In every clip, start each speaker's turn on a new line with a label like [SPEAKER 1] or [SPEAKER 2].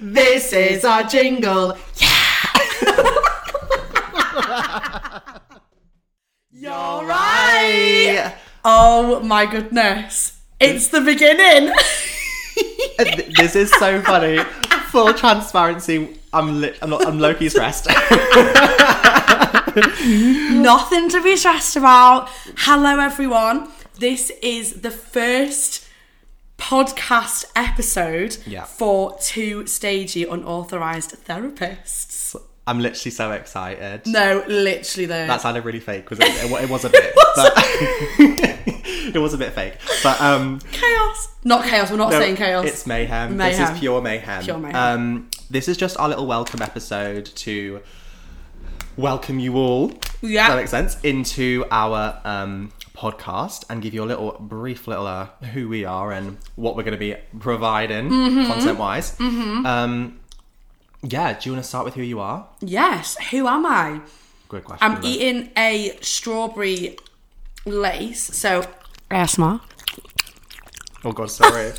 [SPEAKER 1] This is our jingle. You're right. Oh my goodness. It's the beginning.
[SPEAKER 2] Uh, Th- this is so funny. Full transparency. I'm li- I'm not. I'm Loki stressed.
[SPEAKER 1] Nothing to be stressed about. Hello, everyone. This is the first podcast episode
[SPEAKER 2] Yeah.
[SPEAKER 1] for two stagey unauthorized therapists.
[SPEAKER 2] I'm literally so excited.
[SPEAKER 1] No, literally, though.
[SPEAKER 2] That sounded really fake because it, it, wa- it was a bit. but it was a bit fake. But um,
[SPEAKER 1] chaos. Not chaos. We're not
[SPEAKER 2] no,
[SPEAKER 1] saying chaos.
[SPEAKER 2] It's mayhem. This
[SPEAKER 1] Mayhem.
[SPEAKER 2] is pure mayhem.
[SPEAKER 1] Pure mayhem.
[SPEAKER 2] Um, this is just our little welcome episode to welcome you all.
[SPEAKER 1] Yeah.
[SPEAKER 2] Does that make sense. Into our um podcast and give you a little brief little uh, who we are and what we're going to be providing content wise. Mm-hmm. Um, yeah. Do you want to start with who you are?
[SPEAKER 1] Yes. Who am I?
[SPEAKER 2] Good question.
[SPEAKER 1] I'm E-
[SPEAKER 2] though.
[SPEAKER 1] eating a strawberry lace. So ASMR.
[SPEAKER 2] Oh God, sorry.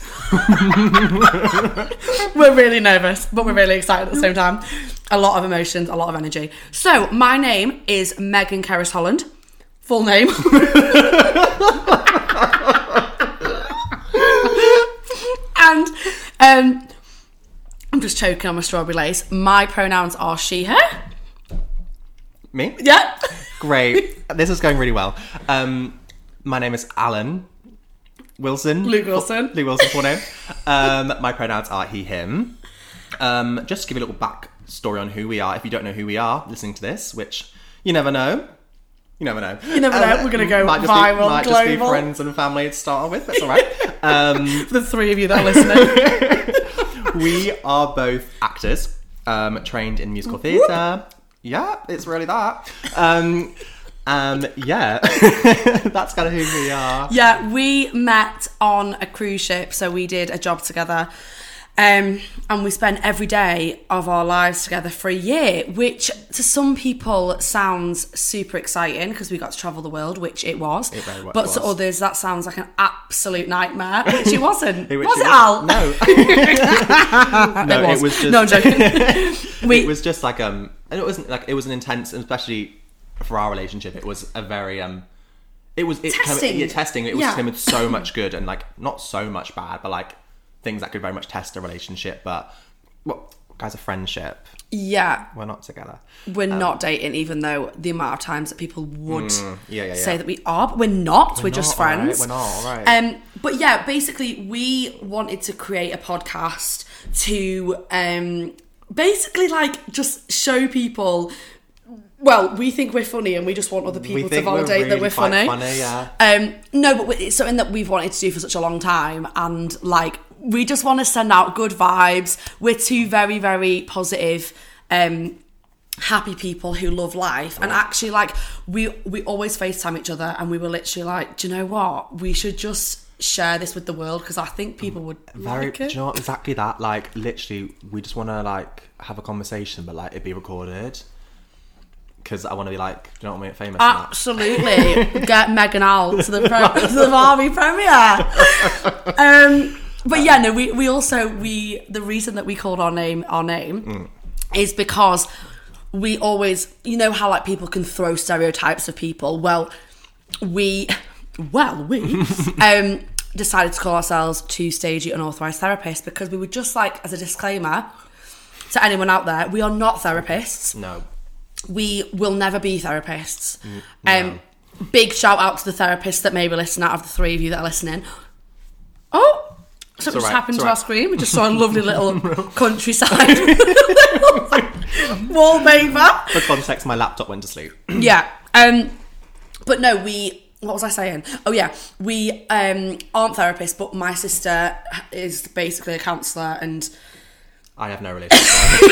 [SPEAKER 1] We're really nervous, but we're really excited at the same time. A lot of emotions, a lot of energy. So my name is Megan Kerris Holland. Full name. and um I'm just choking on my strawberry lace. My pronouns are she, her.
[SPEAKER 2] Me?
[SPEAKER 1] Yeah.
[SPEAKER 2] Great. This is going really well. Um, my name is Alan Wilson.
[SPEAKER 1] Luke Wilson.
[SPEAKER 2] Luke Wilson, full name. Um, my pronouns are he, him. Um, just to give you a little back story on who we are, if you don't know who we are listening to this, which you never know. You never know. You
[SPEAKER 1] never know. We're gonna go
[SPEAKER 2] might just Be,
[SPEAKER 1] viral,
[SPEAKER 2] might just be
[SPEAKER 1] global.
[SPEAKER 2] friends and family to start with. That's all right. um,
[SPEAKER 1] For the three of you that are listening.
[SPEAKER 2] we are both actors, um, trained in musical theatre. Yeah, it's really that. Um, um, yeah, that's kind of who we are.
[SPEAKER 1] Yeah, we met on a cruise ship, so we did a job together. Um, and we spent every day of our lives together for a year, which to some people sounds super exciting because we got to travel the world, which it was. It
[SPEAKER 2] very much
[SPEAKER 1] but to
[SPEAKER 2] was.
[SPEAKER 1] others, that sounds like an absolute nightmare, which it wasn't.
[SPEAKER 2] Which
[SPEAKER 1] was it,
[SPEAKER 2] was-
[SPEAKER 1] Al? Uh,
[SPEAKER 2] No, no,
[SPEAKER 1] it was.
[SPEAKER 2] just
[SPEAKER 1] No, I'm joking. we,
[SPEAKER 2] it was just like um, and it wasn't like it was an intense, and especially for our relationship, it was a very um, it was it
[SPEAKER 1] Testing.
[SPEAKER 2] Came, yeah, testing. It was
[SPEAKER 1] Yeah.
[SPEAKER 2] came with so much good and like not so much bad, but like things that could very much test a relationship. But well, guys, a friendship.
[SPEAKER 1] yeah,
[SPEAKER 2] We're not together.
[SPEAKER 1] we're
[SPEAKER 2] Um,
[SPEAKER 1] not dating, even though the amount of times that people would
[SPEAKER 2] Mm, yeah, yeah,
[SPEAKER 1] say
[SPEAKER 2] yeah.
[SPEAKER 1] that we are, but we're not. We're, just
[SPEAKER 2] not, all right,
[SPEAKER 1] friends.
[SPEAKER 2] we're not, all right.
[SPEAKER 1] Um, but yeah, basically, we wanted to create a podcast to um, basically like just show people. Well, we think we're funny, and we just want other people to
[SPEAKER 2] think we're
[SPEAKER 1] validate that
[SPEAKER 2] really
[SPEAKER 1] we're
[SPEAKER 2] quite
[SPEAKER 1] funny.
[SPEAKER 2] funny, yeah.
[SPEAKER 1] Um, no, but it's something that we've wanted to do for such a long time, and like we just want to send out good vibes. We're two very, very positive. Um, happy people who love life and actually like we we always facetime each other and we were literally like do you know what we should just share this with the world because i think people would
[SPEAKER 2] Very,
[SPEAKER 1] like
[SPEAKER 2] do
[SPEAKER 1] it.
[SPEAKER 2] you know what, exactly that? Like, literally, we just want to like have a conversation, but like it be recorded because I want to be like, do you know what I mean,
[SPEAKER 1] Uh,
[SPEAKER 2] famous. and that.
[SPEAKER 1] Absolutely. Get Megan out to the, pre- to the Barbie premiere. Um, but yeah, no, we, we also, we the reason that we called our name our name is because we always, you know how like people can throw stereotypes of people. Well, we, well, we um, decided to call ourselves two stagey unauthorized therapists because we were just like, as a disclaimer to anyone out there, we are not therapists
[SPEAKER 2] No,
[SPEAKER 1] we will never be therapists.
[SPEAKER 2] Mm,
[SPEAKER 1] Um, big shout out to the therapists that may be listening out of the three of you that are listening. Oh, something just
[SPEAKER 2] alright,
[SPEAKER 1] happened
[SPEAKER 2] it's
[SPEAKER 1] to our
[SPEAKER 2] alright.
[SPEAKER 1] screen. We just saw a lovely little countryside wallpaper.
[SPEAKER 2] for context, my laptop went to sleep.
[SPEAKER 1] Yeah. Um, but no, we. What was I saying? Oh yeah, we um, aren't therapists, but my sister is basically a counsellor, and
[SPEAKER 2] I have no relationship.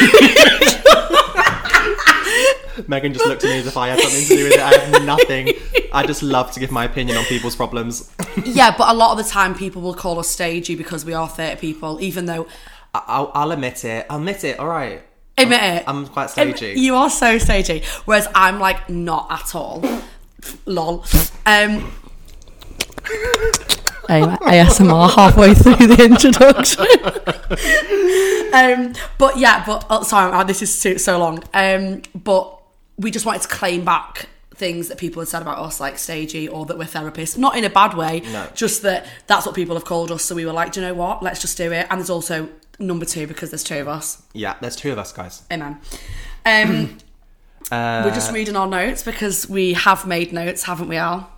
[SPEAKER 2] Megan just looked at me as if I had something to do with it. I have nothing. I just love to give my opinion on people's problems.
[SPEAKER 1] yeah, but a lot of the time people will call us stagey because we are theatre people, even though
[SPEAKER 2] I- I'll, I'll admit it. I'll admit it. All right.
[SPEAKER 1] admit it,
[SPEAKER 2] I'm quite
[SPEAKER 1] Um,
[SPEAKER 2] stagey.
[SPEAKER 1] You are so stagey. Whereas I'm like not at all. Lol. Um um, ASMR halfway through the introduction. um, but yeah, but oh, sorry, oh, this is so, so long. Um, but we just wanted to claim back things that people had said about us, like stagey or that we're therapists. Not in a bad way,
[SPEAKER 2] No.
[SPEAKER 1] just that that's what people have called us. So we were like, do you know what? Let's just do it. And there's also number two because there's two of us.
[SPEAKER 2] Yeah, there's two of us, guys.
[SPEAKER 1] Amen. Um,
[SPEAKER 2] Uh,
[SPEAKER 1] we're just reading our notes because we have made notes, haven't we, Al?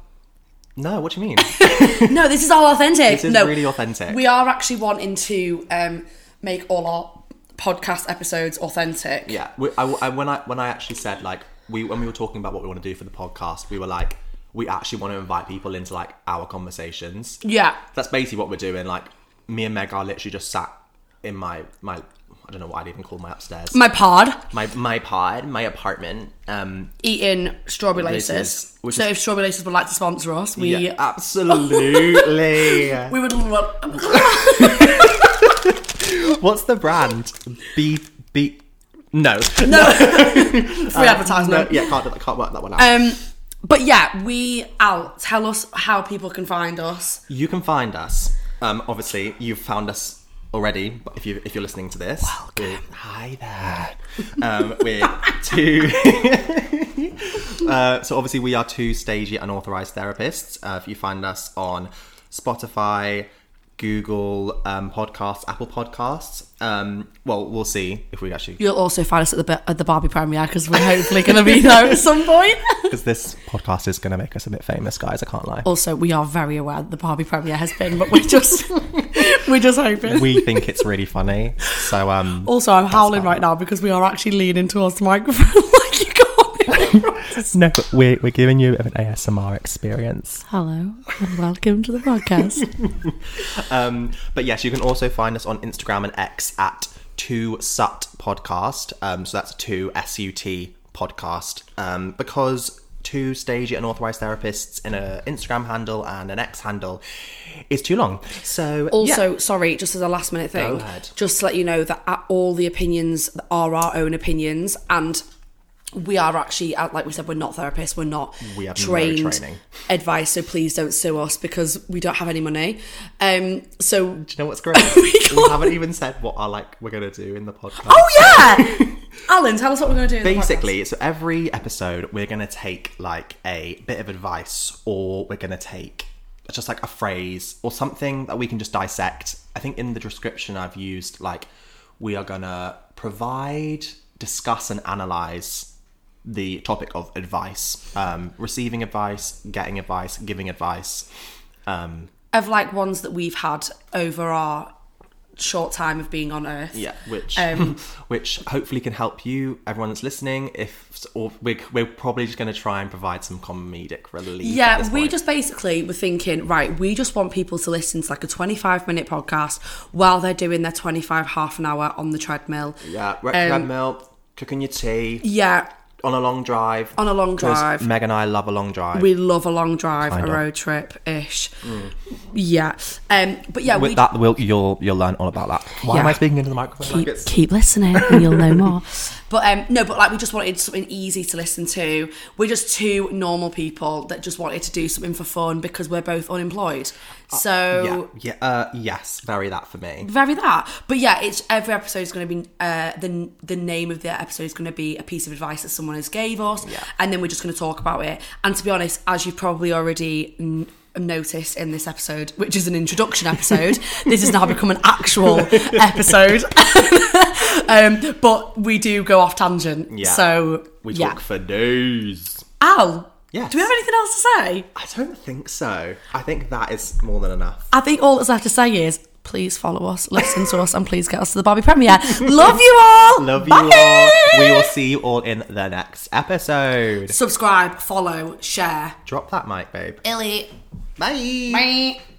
[SPEAKER 2] no, what do you mean?
[SPEAKER 1] No, this is all authentic.
[SPEAKER 2] This is
[SPEAKER 1] no,
[SPEAKER 2] really authentic.
[SPEAKER 1] We are actually wanting to um, make all our podcast episodes authentic.
[SPEAKER 2] Yeah, we, I, I- when I when I actually said like we when we were talking about what we want to do for the podcast, we were like we actually want to invite people into like our conversations.
[SPEAKER 1] Yeah.
[SPEAKER 2] That's basically what we're doing. Like me and Meg are literally just sat in my my I don't know what I'd even call my upstairs
[SPEAKER 1] My pod
[SPEAKER 2] my my pod my apartment. Um,
[SPEAKER 1] eating strawberry
[SPEAKER 2] Laces,
[SPEAKER 1] laces.
[SPEAKER 2] which
[SPEAKER 1] so
[SPEAKER 2] is-
[SPEAKER 1] if strawberry laces would like to sponsor us, we uh,
[SPEAKER 2] yeah, Uh, absolutely.
[SPEAKER 1] we would love
[SPEAKER 2] What's the brand? B B. No,
[SPEAKER 1] no free advertisement.
[SPEAKER 2] no, yeah, can't do that. Can't work that one out.
[SPEAKER 1] Um, but yeah, we out. Tell us how people can find us.
[SPEAKER 2] You can find us. Um, obviously, you've found us already. But if you if you're listening to this, welcome. Hi there. Um, we're two. uh, so obviously, we are two stagey unauthorized therapists. Uh, if you find us on Spotify. Google um, podcasts, Apple podcasts. Um, well, we'll see if we actually
[SPEAKER 1] You'll also find us at the at the Barbie premiere because we're hopefully going to be there at some point.
[SPEAKER 2] because this podcast is going to make us a bit famous, guys. I can't lie.
[SPEAKER 1] Also, we are very aware that the Barbie premiere has been, but we're just we're just hoping.
[SPEAKER 2] We think it's really funny. So um,
[SPEAKER 1] Also, I'm howling
[SPEAKER 2] fine.
[SPEAKER 1] right now because we are actually leaning towards the microphone like you can't.
[SPEAKER 2] no, but we're we're giving you a bit of an ASMR experience.
[SPEAKER 1] Hello and welcome to the podcast.
[SPEAKER 2] Um, but yes, you can also find us on Instagram and X at Two Sut Podcast. Um, so that's Two S U T Podcast. Um, because two stage and authorized therapists in an Instagram handle and an X handle is too long. So yeah.
[SPEAKER 1] Also, sorry, just as a last minute thing,
[SPEAKER 2] Go ahead.
[SPEAKER 1] just to let you know that uh, all the opinions are our own opinions and. We are actually, uh, like we said, we're not therapists. We're not
[SPEAKER 2] We have no
[SPEAKER 1] trained
[SPEAKER 2] training.
[SPEAKER 1] advice, so please don't sue us because we don't have any money. Um, so,
[SPEAKER 2] do you know what's great?
[SPEAKER 1] We
[SPEAKER 2] we,
[SPEAKER 1] can't-
[SPEAKER 2] haven't even said what are like we're gonna do in the podcast.
[SPEAKER 1] oh yeah, Alan, tell us what we're going to do. in the podcast.
[SPEAKER 2] basically so every episode we're going to take like a bit of advice or we're going to take just like a phrase or something that we can just dissect i think in the description i've used like we are going to provide discuss and analyze the topic of advice um, receiving advice getting advice giving advice um,
[SPEAKER 1] of like ones that we've had over our short time of being on Earth.
[SPEAKER 2] Yeah, which
[SPEAKER 1] Um,
[SPEAKER 2] which hopefully can help you, everyone that's listening. If or we're, we're probably just going to try and provide some comedic relief. at
[SPEAKER 1] Yeah,
[SPEAKER 2] this
[SPEAKER 1] we
[SPEAKER 2] point.
[SPEAKER 1] just basically were thinking, right, we just want people to listen to like a 25 minute podcast while they're doing their 25 half an hour on the treadmill.
[SPEAKER 2] yeah, wreck
[SPEAKER 1] um,
[SPEAKER 2] treadmill, cooking your tea
[SPEAKER 1] Yeah,
[SPEAKER 2] on a long drive.
[SPEAKER 1] on a long
[SPEAKER 2] 'Cause
[SPEAKER 1] drive.
[SPEAKER 2] Meg and I love a long drive.
[SPEAKER 1] we love a long drive,
[SPEAKER 2] Kind
[SPEAKER 1] a
[SPEAKER 2] of.
[SPEAKER 1] road trip ish. Yeah. Um, but yeah,
[SPEAKER 2] Mm. With
[SPEAKER 1] we
[SPEAKER 2] that, we'll, you'll you'll learn all about that. Why am
[SPEAKER 1] Yeah.
[SPEAKER 2] I speaking into the microphone? like
[SPEAKER 1] keep,
[SPEAKER 2] it's-
[SPEAKER 1] keep listening and you'll know more but um no but like we just wanted something easy to listen to we're just two normal people that just wanted to do something for fun because we're both unemployed so
[SPEAKER 2] yeah, yeah, uh, yes, very that for me.
[SPEAKER 1] very that but yeah it's every episode is going to be uh the the name of the episode is going to be a piece of advice that someone has gave us
[SPEAKER 2] Yeah.
[SPEAKER 1] and then we're just going to talk about it and to be honest as you've probably already n- noticed in this episode which is an introduction episode this has now become an actual episode um but we do go off tangent
[SPEAKER 2] Yeah.
[SPEAKER 1] so
[SPEAKER 2] We
[SPEAKER 1] yeah
[SPEAKER 2] talk for days.
[SPEAKER 1] al
[SPEAKER 2] Yes.
[SPEAKER 1] do we have anything else to say
[SPEAKER 2] I don't think so. I think that is more than enough.
[SPEAKER 1] i think all that's left to say is Please follow us, listen to us, and please get us to the Barbie premiere. Love you all.
[SPEAKER 2] Love you
[SPEAKER 1] Bye.
[SPEAKER 2] all. We will see you all in the next episode.
[SPEAKER 1] subscribe, follow, share.
[SPEAKER 2] Drop that mic, babe.
[SPEAKER 1] Illy.
[SPEAKER 2] Bye.
[SPEAKER 1] Bye.